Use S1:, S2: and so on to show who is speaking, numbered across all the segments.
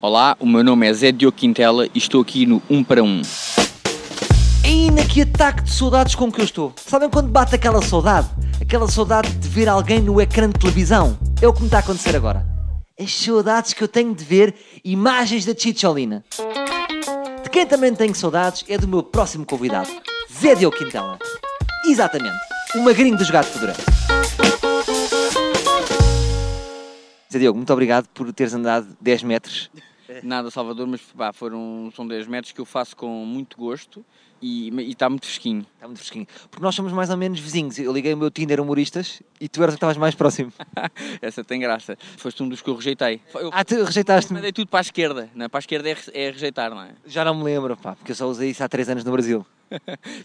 S1: Olá, o meu nome é Zé Diogo Quintela e estou aqui no 1 para 1.
S2: Ainda que ataque de saudades com que eu estou. Sabem quando bate aquela saudade? Aquela saudade de ver alguém no ecrã de televisão. É o que me está a acontecer agora. As saudades que eu tenho de ver imagens da Chicholina. De quem também tenho saudades é do meu próximo convidado, Zé Diogo Quintela. Exatamente, o magrinho do Gato Fedorento. Zé Diogo, muito obrigado por teres andado 10 metros
S1: Nada Salvador, mas pá, foram, são 10 metros que eu faço com muito gosto e e está muito fresquinho.
S2: Está Tá muito fresquinho. Porque nós somos mais ou menos vizinhos. Eu liguei o meu Tinder humoristas e tu eras o que estavas mais próximo.
S1: Essa tem graça. Foste um dos que eu rejeitei. Eu
S2: Ah, tu rejeitaste-me.
S1: mandei tudo para a esquerda, não é? Para a esquerda é, re- é rejeitar, não é?
S2: Já não me lembro, pá, porque eu só usei isso há 3 anos no Brasil.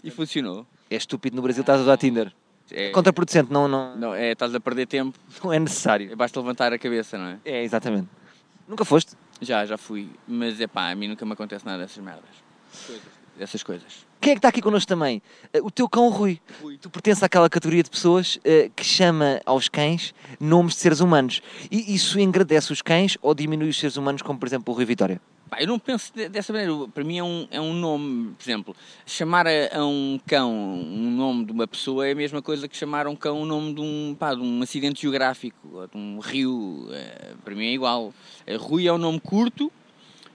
S1: E funcionou.
S2: É estúpido no Brasil estás a usar Tinder.
S1: É,
S2: Contraproducente, não, não,
S1: não, é, estás a perder tempo,
S2: não é necessário.
S1: basta levantar a cabeça, não é?
S2: É, exatamente. Nunca foste?
S1: Já, já fui, mas é pá, a mim nunca me acontece nada dessas merdas. Essas coisas.
S2: Quem é que está aqui connosco também? Eh, O teu cão Rui. Tu pertences àquela categoria de pessoas eh, que chama aos cães nomes de seres humanos. E isso engrandece os cães ou diminui os seres humanos, como por exemplo o Rui Vitória?
S1: Pá, eu não penso de- dessa maneira. Eu- Para mim é um, é um nome, por exemplo, chamar a, a um cão um nome de uma pessoa é a mesma coisa que chamar a um cão o nome de um, pá, de um acidente geográfico, ou de um rio. Eh, para mim é igual. Eh, Rui é um nome curto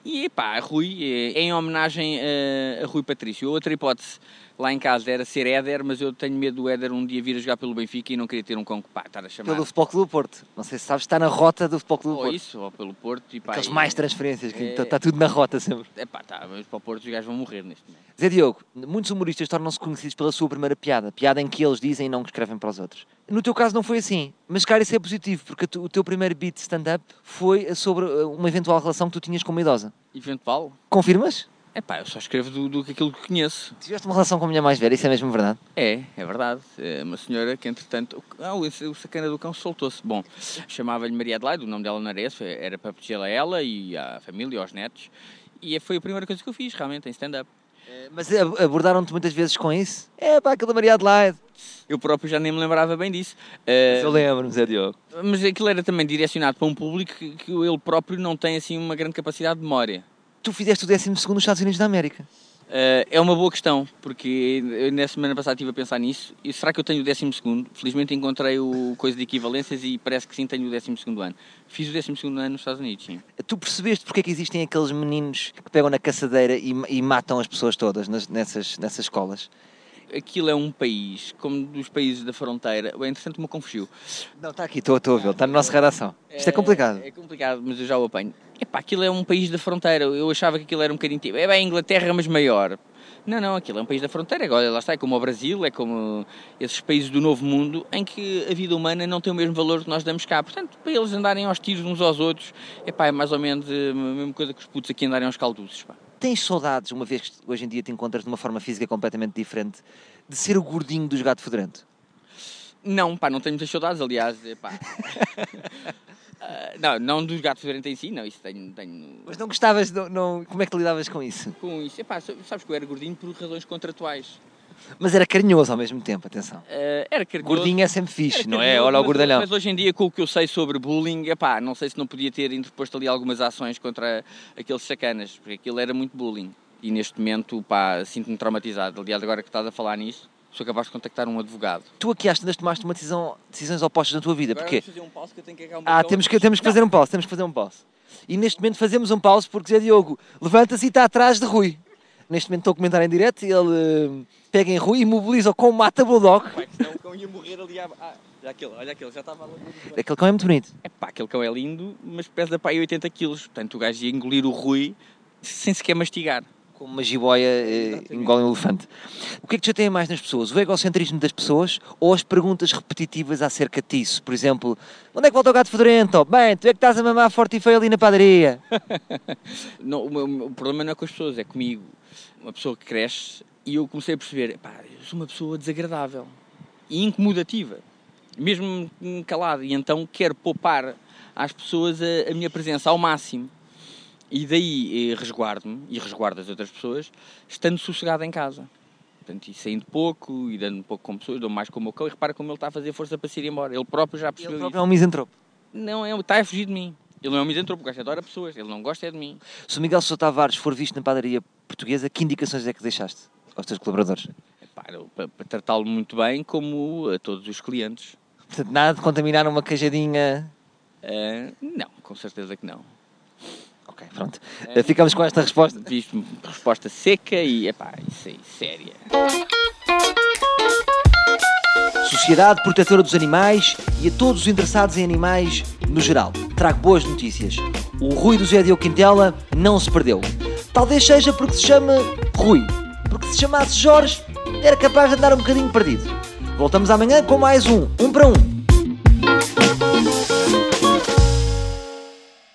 S1: e, pá, Rui eh, é em homenagem eh, a, Rui Patrício. Outra hipótese lá em casa era ser Éder, mas eu tenho medo do Éder um dia vir a jogar pelo Benfica e não queria ter um cão que, pá, estar a chamar.
S2: Pelo Futebol Clube do Porto. Não sei se sabes, está na rota do Futebol Clube do
S1: Ou
S2: Porto.
S1: isso, ou pelo Porto. E, pá,
S2: Aqueles
S1: e-
S2: mais transferências, que
S1: É.
S2: está tudo na rota sempre.
S1: Epá, tá, mas para o Porto os gajos vão morrer neste momento.
S2: Zé Diogo, muitos humoristas tornam-se conhecidos pela sua primeira piada, piada em que eles dizem e não que escrevem para os outros. No teu caso não foi assim, mas cara, isso é positivo, porque a tu- o teu primeiro beat de stand-up foi sobre uh, uma eventual relação que tu tinhas com uma idosa.
S1: Eventual?
S2: Confirmas?
S1: É pá, eu só escrevo do, do que aquilo que conheço.
S2: Tiveste uma relação com a minha mais velha, isso é mesmo verdade?
S1: É, é verdade. É uma senhora que, entretanto. o c- Ah, o, esse- o sacana do cão soltou-se. Bom, chamava-lhe Maria Adelaide, o nome dela não era esse, era para protegê-la a ela e à família e aos netos. E é, foi a primeira coisa que eu fiz, realmente, em stand-up. É,
S2: Mas ab- abordaram-te muitas vezes com isso? É pá, aquele da Maria Adelaide.
S1: Eu próprio já nem me lembrava bem disso. Ah,
S2: Eu lembro-me, Zé Diogo.
S1: mas aquilo era também direcionado para um público que, que ele próprio não tem assim uma grande capacidade de memória.
S2: Tu fizeste o 12 nos Estados Unidos da América.
S1: Uh, é uma boa questão, porque eu na semana passada estive a pensar nisso. E será que eu tenho o 12 segundo? Felizmente encontrei o coisa de equivalências e parece que sim, tenho o 12 segundo ano. Fiz o 12 segundo ano nos Estados Unidos, sim.
S2: Tu percebeste porque é que existem aqueles meninos que pegam na caçadeira e, ma- e matam as pessoas todas nas- nessas, nessas escolas?
S1: Aquilo é um país, como dos países da fronteira. Bem, entretanto, me confugiu.
S2: Não, está aqui, estou estou a vê-lo, está na nossa redação. Isto é complicado.
S1: É complicado, mas eu já o apanho. Epá, aquilo é um país da fronteira. Eu achava que aquilo era um bocadinho tipo. É bem a Inglaterra, mas maior. Não, não, aquilo é um país da fronteira. Agora, lá está, é como o Brasil, é como esses países do novo mundo, em que a vida humana não tem o mesmo valor que nós damos cá. Portanto, para eles andarem aos tiros uns aos outros, epá, é mais ou menos eh, a mesma coisa que os putos aqui andarem aos calduces. Pá.
S2: Tens saudades, uma vez que hoje em dia te encontras de uma forma física completamente diferente, de ser o gordinho do gato fedorento?
S1: Não, pá, não tenho muitas saudades, aliás, epá. Ah, não, não dos gatos fedorentes em si, não, isso tenho- tenho...
S2: Mas não gostavas, não, não- como é que lidavas com isso?
S1: Com isso, epá, sabes que eu era gordinho por razões contratuais.
S2: Mas era carinhoso ao mesmo tempo, atenção.
S1: Eh, era cargoso.
S2: Gordinho é sempre
S1: Era
S2: fixe, não é?
S1: cargoso,
S2: Olha o
S1: mas-
S2: gordalhão.
S1: Mas hoje em dia, com o que eu sei sobre bullying, epá, não sei se não podia ter interposto ali algumas ações contra aqueles sacanas, porque aquilo era muito bullying. E neste momento, pá, sinto-me traumatizado. Aliás, agora que estás a falar nisso, sou capaz de contactar um advogado.
S2: Tu aqui às tantas tomaste uma decisão, decisões opostas na tua vida, porquê?
S1: fazer um pause que eu tenho que agarrar
S2: Ah, temos que, temos que fazer um pause, temos que fazer um pause. E neste momento fazemos um pause porque Zé Diogo levanta-se e está atrás de Rui. Neste momento estou a comentar em direto e ele eh, pega em Rui e mobiliza-o com o mata bulldog.
S1: Senão o cão ia morrer ali à... Ah, olha aquele, olha aquele, já estava ali.
S2: Aquele cão é muito bonito.
S1: Epá, aquele cão é lindo, mas pesa pá, aí 80 quilos. Portanto, o gajo ia engolir o Rui sem sequer mastigar.
S2: Como uma jiboia eh, engole um elefante. O que é que te chateia mais nas pessoas? O egocentrismo das pessoas ou as perguntas repetitivas acerca disso? Por exemplo, onde é que volta o gato fedorento? Bem, tu é que estás a mamar forte e feio ali na padaria.
S1: Não, o, meu- o problema não é com as pessoas, é comigo. Uma pessoa que cresce e eu comecei a perceber, pá, eu sou uma pessoa desagradável e incomodativa, mesmo calado. E então quero poupar às pessoas a, a minha presença ao máximo. E daí eh, resguardo-me e resguardo as outras pessoas, estando sossegado em casa. Portanto, e saindo pouco, e dando um pouco com pessoas, dou mais com o meu cão, e repara como ele está a fazer força para se ir embora. Ele próprio já
S2: Ele
S1: percebeu
S2: próprio é um misantropo.
S1: isso. Não, é, está a fugir de mim. Ele não é um misantropo, o gajo adora pessoas, ele não gosta é de mim.
S2: Se o Miguel Sousa Tavares for visto na padaria portuguesa, que indicações é que deixaste aos teus colaboradores?
S1: Para, para, para tratá-lo muito bem, como a todos os clientes.
S2: Portanto, nada de contaminar uma queijadinha.
S1: Ah, não, com certeza que não.
S2: Ok, pronto. Eh, Ficamos com esta resposta.
S1: Viste me resposta seca e, epá, isso aí, séria.
S2: Sociedade Protetora dos Animais e a todos os interessados em animais no geral. Trago boas notícias. O Rui do Zé Diogo Quintela não se perdeu. Talvez seja porque se chama Rui. Porque se chamasse Jorge, era capaz de andar um bocadinho perdido. Voltamos amanhã com mais um. Um para um.